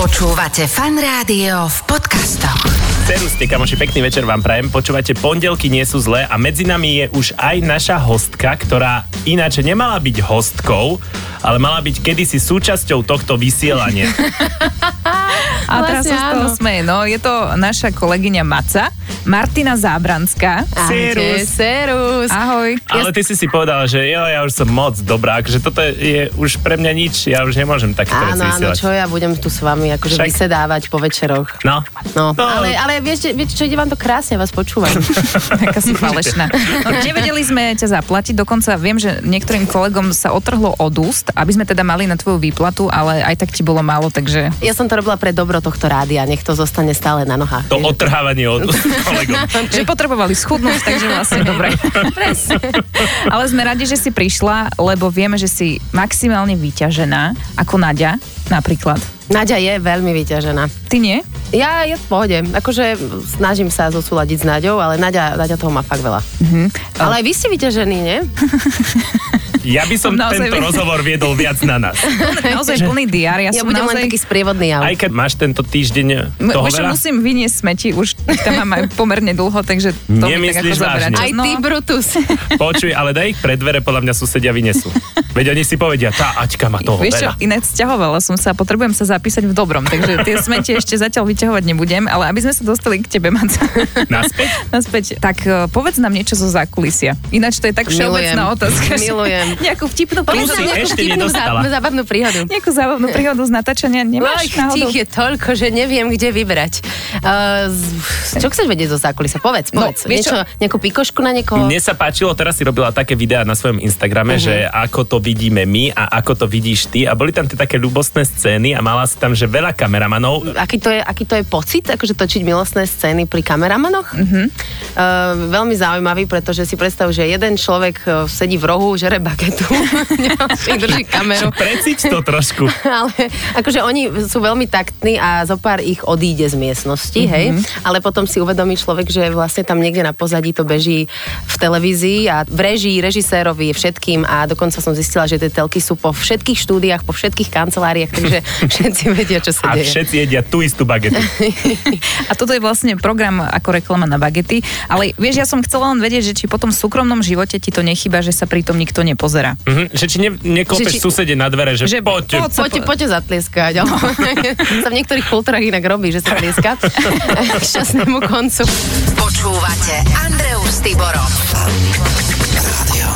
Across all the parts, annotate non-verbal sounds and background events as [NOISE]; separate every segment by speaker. Speaker 1: Počúvate fan rádio v podcastoch.
Speaker 2: Ceruste, kamoši, pekný večer vám prajem. Počúvate, pondelky nie sú zlé a medzi nami je už aj naša hostka, ktorá ináč nemala byť hostkou, ale mala byť kedysi súčasťou tohto
Speaker 3: [LAUGHS]
Speaker 2: vysielania.
Speaker 4: A teraz
Speaker 3: Vlastne
Speaker 4: sa z toho
Speaker 3: áno.
Speaker 4: smeje. No, je to naša kolegyňa Maca, Martina Zábranská.
Speaker 2: Serus.
Speaker 3: Serus.
Speaker 4: Ahoj.
Speaker 2: Ale ty si si povedala, že jo, ja už som moc dobrá, že toto je už pre mňa nič, ja už nemôžem takéto veci
Speaker 3: Áno, áno,
Speaker 2: vysielať.
Speaker 3: čo ja budem tu s vami akože
Speaker 2: Však.
Speaker 3: Však. vysedávať po večeroch.
Speaker 2: No.
Speaker 3: No,
Speaker 2: No.
Speaker 3: ale, ale vieš, vieš, čo ide vám to krásne,
Speaker 2: [LAUGHS]
Speaker 3: vás počúvam.
Speaker 4: Taká si falešná. No, nevedeli sme ťa zaplatiť, dokonca viem, že niektorým kolegom sa otrhlo od úst, aby sme teda mali na tvoju výplatu, ale aj tak ti bolo málo, takže...
Speaker 3: Ja som to robila pre dobro tohto rádia, nech to zostane stále na nohách.
Speaker 2: To otrhávanie
Speaker 3: [LAUGHS]
Speaker 2: od kolegov.
Speaker 4: Že potrebovali schudnúť, takže vlastne dobre. Presne. Ale sme radi, že si prišla, lebo vieme, že si maximálne vyťažená, ako Nadia napríklad.
Speaker 3: Nadia je veľmi vyťažená.
Speaker 4: Ty
Speaker 3: [LAUGHS]
Speaker 4: nie?
Speaker 3: Ja, ja v pohode, akože snažím sa zosúľadiť s Naďou, ale Naďa, Naďa toho má fakt veľa. Mm-hmm. Ale aj vy ste vyťažení, nie?
Speaker 2: Ja by som
Speaker 4: Naozaj
Speaker 2: tento
Speaker 4: by-
Speaker 2: rozhovor viedol viac na nás.
Speaker 4: Naozaj plný diár. Ja, som
Speaker 3: Ja budem
Speaker 4: naozaj...
Speaker 3: len taký sprievodný jav.
Speaker 2: Aj keď máš tento týždeň
Speaker 4: M-
Speaker 2: toho
Speaker 4: už
Speaker 2: veľa,
Speaker 4: musím vyniesť smeti, už tam mám aj pomerne dlho, takže to mi
Speaker 2: Nemyslíš
Speaker 4: tak ako zaberá
Speaker 2: vážne?
Speaker 4: čas.
Speaker 3: Aj ty, Brutus.
Speaker 2: počuj, ale daj ich pred dvere, podľa mňa susedia vynesú. Veď oni si povedia, tá Aťka má toho
Speaker 4: Vieš čo,
Speaker 2: veľa.
Speaker 4: iné sťahovala som sa a potrebujem sa zapísať v dobrom, takže tie smete ešte zatiaľ vyťahovať nebudem, ale aby sme sa dostali k tebe, Maca, [LAUGHS]
Speaker 2: Naspäť?
Speaker 4: naspäť, tak eh, povedz nám niečo zo zákulisia. Ináč to je tak všeobecná
Speaker 3: Milujem.
Speaker 4: otázka. že
Speaker 3: Milujem.
Speaker 4: [LAUGHS] Nejakú vtipnú
Speaker 2: si
Speaker 3: Povedz nám
Speaker 4: príhodu,
Speaker 3: nejakú
Speaker 2: ešte
Speaker 3: vtipnú,
Speaker 2: nedostala.
Speaker 3: zá- zábavnú príhodu.
Speaker 4: nejakú zábavnú príhodu z natáčania nemáš
Speaker 3: Ach,
Speaker 4: náhodou?
Speaker 3: tých je toľko, že neviem, kde vybrať. Uh, z- čo chceš vedieť zo zákulisa? Povedz,
Speaker 4: No,
Speaker 3: povedz.
Speaker 4: vieš
Speaker 3: Niečo, nejakú pikošku na niekoho?
Speaker 2: Mne sa páčilo, teraz si robila také videá na svojom Instagrame, že ako to vidíme my a ako to vidíš ty. A boli tam tie také ľubostné scény a mala si tam, že veľa kameramanov.
Speaker 3: Aký to, je, aký to je pocit, akože točiť milostné scény pri kameramanoch?
Speaker 4: Mhm.
Speaker 3: Mm-hmm. Uh, veľmi zaujímavý, pretože si predstav, že jeden človek uh, sedí v rohu, žere bagetu, [LAUGHS] ďalší drží kameru.
Speaker 2: Preciť to trošku.
Speaker 3: [LAUGHS] Ale akože oni sú veľmi taktní a zo pár ich odíde z miestnosti, mm-hmm. hej. Ale potom si uvedomí človek, že vlastne tam niekde na pozadí to beží v televízii a v režii, režisérovi, všetkým a dokonca som zistila, že tie telky sú po všetkých štúdiách, po všetkých kanceláriách, takže všetci vedia, čo
Speaker 2: A
Speaker 3: sa deje.
Speaker 2: všetci jedia tú istú bagetu.
Speaker 4: A toto je vlastne program ako reklama na bagety. Ale vieš, ja som chcela len vedieť, že či potom v súkromnom živote ti to nechýba, že sa pri tom nikto nepozerá.
Speaker 2: Mhm. Že či ne, neklopeš
Speaker 3: Že či-
Speaker 2: susede na dvere, že, že
Speaker 4: Že
Speaker 2: poďte.
Speaker 4: poď.
Speaker 3: Poďte, poďte zatlieskať. Ale [LAUGHS] sa v niektorých kultúrach inak robí, že sa tlieska k šťastnému koncu.
Speaker 1: Počúvate Andreu s Tiborom.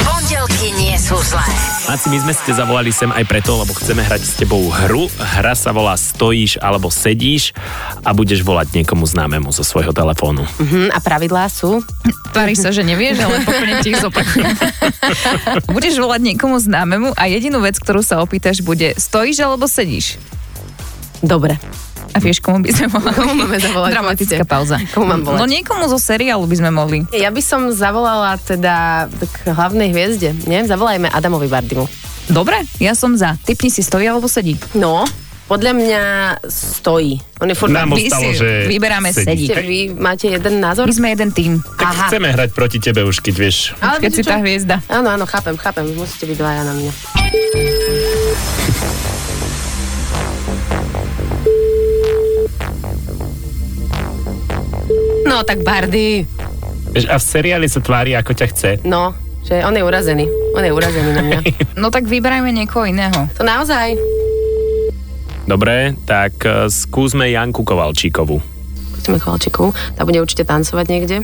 Speaker 1: Pondelky nie sú zlé.
Speaker 2: Maci, my sme ste zavolali sem aj preto, lebo chceme hrať s tebou hru. Hra sa volá Stojíš alebo sedíš a budeš volať niekomu známemu zo svojho telefónu.
Speaker 3: Mhm, a pravidlá sú?
Speaker 4: Tvári sa, že nevieš, ale pokojne ti ich
Speaker 3: [LAUGHS]
Speaker 4: zopakujem. Budeš volať niekomu známemu a jedinú vec, ktorú sa opýtaš, bude stojíš alebo sedíš.
Speaker 3: Dobre.
Speaker 4: A vieš, komu by sme volali?
Speaker 3: Komu
Speaker 4: [LAUGHS]
Speaker 3: máme zavolať?
Speaker 4: Dramatická
Speaker 3: Povedzte.
Speaker 4: pauza.
Speaker 3: Komu mám volať?
Speaker 4: No niekomu zo seriálu by sme mohli.
Speaker 3: Ja by som zavolala teda k hlavnej hviezde, nie? Zavolajme Adamovi Bardimu.
Speaker 4: Dobre, ja som za. Typni si, stojí alebo sedí.
Speaker 3: No, podľa mňa stojí. On je furt...
Speaker 2: Nám
Speaker 4: Vy
Speaker 2: ostalo,
Speaker 4: si
Speaker 2: že
Speaker 4: vyberáme
Speaker 2: sedí.
Speaker 3: Ste, vy máte jeden názor?
Speaker 4: My sme jeden tým.
Speaker 2: Tak chceme hrať proti tebe už, keď vieš.
Speaker 3: Ale
Speaker 4: Keď si
Speaker 3: viete čo?
Speaker 4: tá hviezda.
Speaker 3: Áno, áno, chápem, chápem. Musíte byť dvaja na mňa. No, tak Bardy.
Speaker 2: Vieš, A v seriáli sa tvári, ako ťa chce.
Speaker 3: No, že on je urazený. On je urazený na mňa.
Speaker 4: No tak vyberajme niekoho iného.
Speaker 3: To naozaj.
Speaker 2: Dobre, tak e, skúsme Janku Kovalčíkovú.
Speaker 3: Skúsime Kovalčíkovú. Tá bude určite tancovať niekde.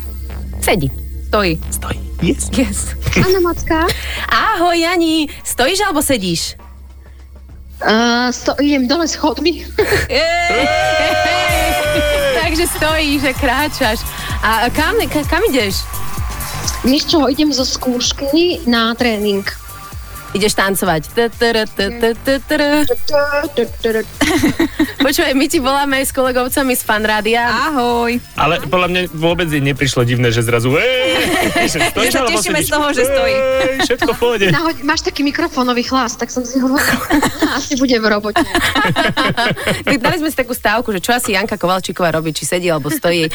Speaker 3: Sedí.
Speaker 4: Stojí.
Speaker 2: Stoj. Yes.
Speaker 3: Yes.
Speaker 5: Áno, Macka.
Speaker 3: Ahoj, Jani. Stojíš alebo sedíš?
Speaker 5: Uh, sto, idem dole schodmi.
Speaker 3: Takže stojíš a kráčaš. A kam, ka- kam ideš?
Speaker 5: Vieš čo, idem zo skúšky na tréning.
Speaker 3: Ideš tancovať. T, t, r, t, t, t, t, r. Počúvaj, my ti voláme s kolegovcami z fanrádia.
Speaker 4: Ahoj.
Speaker 2: Ale podľa mňa vôbec jej neprišlo divné, že zrazu...
Speaker 4: [LAUGHS]
Speaker 2: "Ej, že stojíš,
Speaker 4: sa
Speaker 2: alebo
Speaker 4: tešíme
Speaker 2: sedíš?"
Speaker 4: z toho, že stojí.
Speaker 2: Ej, Všetko v
Speaker 4: [LAUGHS]
Speaker 2: pohode.
Speaker 5: Nahoď, máš taký mikrofónový hlas, tak som si hovorila, [LAUGHS] asi budem v robote.
Speaker 3: Tak dali sme si takú stávku, že čo asi Janka Kovalčíková robí, či sedí alebo stojí.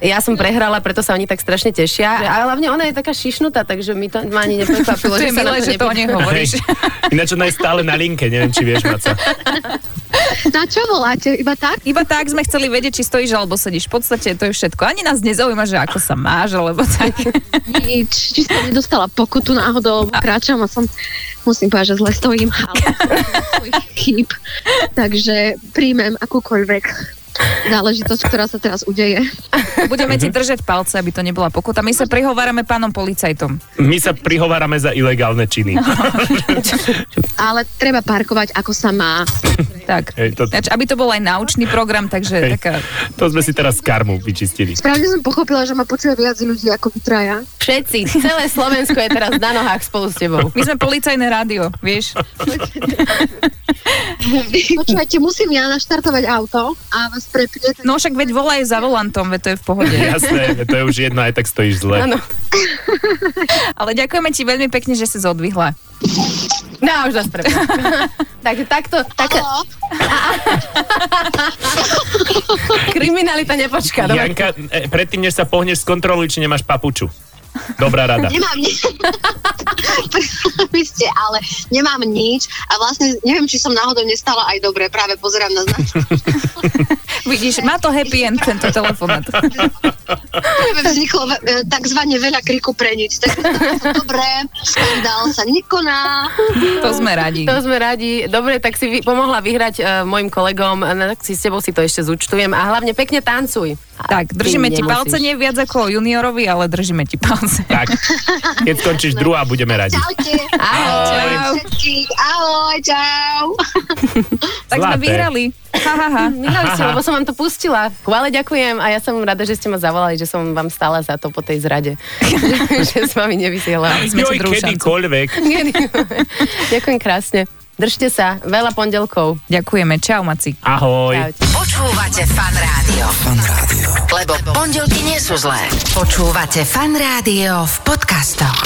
Speaker 3: Ja som prehrala, preto sa oni tak strašne tešia. A hlavne ona je taká šišnutá, takže mi to ma ani neprekvapilo,
Speaker 4: To je
Speaker 3: že sa na
Speaker 4: milé, že to
Speaker 3: nepýtala.
Speaker 4: oni správne hovoríš.
Speaker 2: Hej. Ináč ona je stále na linke, neviem, či vieš, Maca.
Speaker 5: Na čo voláte? Iba tak?
Speaker 4: [LAUGHS] Iba tak sme chceli vedieť, či stojíš alebo sedíš. V podstate to je všetko. Ani nás nezaujíma, že ako sa máš, alebo tak.
Speaker 5: Nič. Či som nedostala pokutu náhodou, lebo kráčam a som... Musím povedať, že zle stojím, ale [LAUGHS] svojich chýb. Takže príjmem akúkoľvek záležitosť, ktorá sa teraz udeje.
Speaker 4: Budeme
Speaker 2: Mhm.
Speaker 4: ti držať palce, aby to nebola pokuta. My sa prihovárame pánom policajtom.
Speaker 2: My sa prihovárame za ilegálne činy.
Speaker 5: Ale treba parkovať, ako sa má.
Speaker 4: Tak.
Speaker 2: Hej, to-
Speaker 4: Ináč, aby to bol aj naučný program, takže
Speaker 2: Hej.
Speaker 4: taká...
Speaker 2: To sme si teraz karmu vyčistili.
Speaker 5: Správne som pochopila, že ma počuje viac ľudí ako vy traja.
Speaker 3: Všetci, celé Slovensko je teraz na nohách spolu s tebou.
Speaker 4: My sme policajné rádio, vieš?
Speaker 5: [LAUGHS] Počúvajte, musím ja naštartovať auto a vás prepne.
Speaker 4: No však veď volaj za volantom, veď to je v pohode.
Speaker 2: Jasné, to je už jedno, aj tak stojíš zle.
Speaker 3: Áno.
Speaker 4: Ale ďakujeme ti veľmi pekne, že si zodvihla.
Speaker 3: No a už nás prepáč. Takže takto, [LAUGHS] tak
Speaker 5: Haló?
Speaker 3: kriminalita nepočká. Dobre.
Speaker 2: Janka, e, predtým, než sa pohneš, skontroluj, či nemáš papuču. Dobrá
Speaker 5: [LAUGHS]
Speaker 2: rada.
Speaker 5: Nemám nič. Vy ste, ale nemám nič a vlastne neviem, či som náhodou nestala aj dobre. Práve pozerám na znak.
Speaker 3: [LAUGHS]
Speaker 4: Vidíš, má to happy end tento telefonát.
Speaker 5: Práve vzniklo ve- e, takzvané veľa kriku pre nič. Tak [LAUGHS] dobre, skandál sa nekoná.
Speaker 4: To sme radi.
Speaker 3: To sme radi. Dobre, tak si vy, pomohla vyhrať uh, mojim kolegom, no, tak si s tebou si to ešte zúčtujem a hlavne pekne tancuj. A
Speaker 4: Tak,
Speaker 3: ty
Speaker 4: držíme ti
Speaker 3: nemusíš.
Speaker 4: palce, nie viac ako juniorovi, ale držíme ti palce.
Speaker 2: Tak, keď skončíš druhá, budeme radi.
Speaker 5: Čaute.
Speaker 3: Ahoj.
Speaker 4: Čau.
Speaker 5: Všetkých. Ahoj, čau.
Speaker 4: Tak sme
Speaker 2: Zlaté.
Speaker 4: vyhrali. Ha, ha, ha.
Speaker 3: Milali ste, lebo som vám to pustila. Chvále ďakujem a ja som rada, že ste ma zavolali, že som vám stála za to po tej [LAUGHS] zrade. že s vami nevysiela.
Speaker 4: Sme
Speaker 2: Joj,
Speaker 4: ti druhú šancu.
Speaker 2: kedykoľvek.
Speaker 3: ďakujem krásne. Držte sa. Veľa pondelkov.
Speaker 4: Ďakujeme. Čau, Macik.
Speaker 2: Ahoj.
Speaker 3: Čaute.
Speaker 1: Počúvate fan rádio. Fan rádio. Lebo pondelky nie sú zlé. Počúvate fan rádio v podcastoch.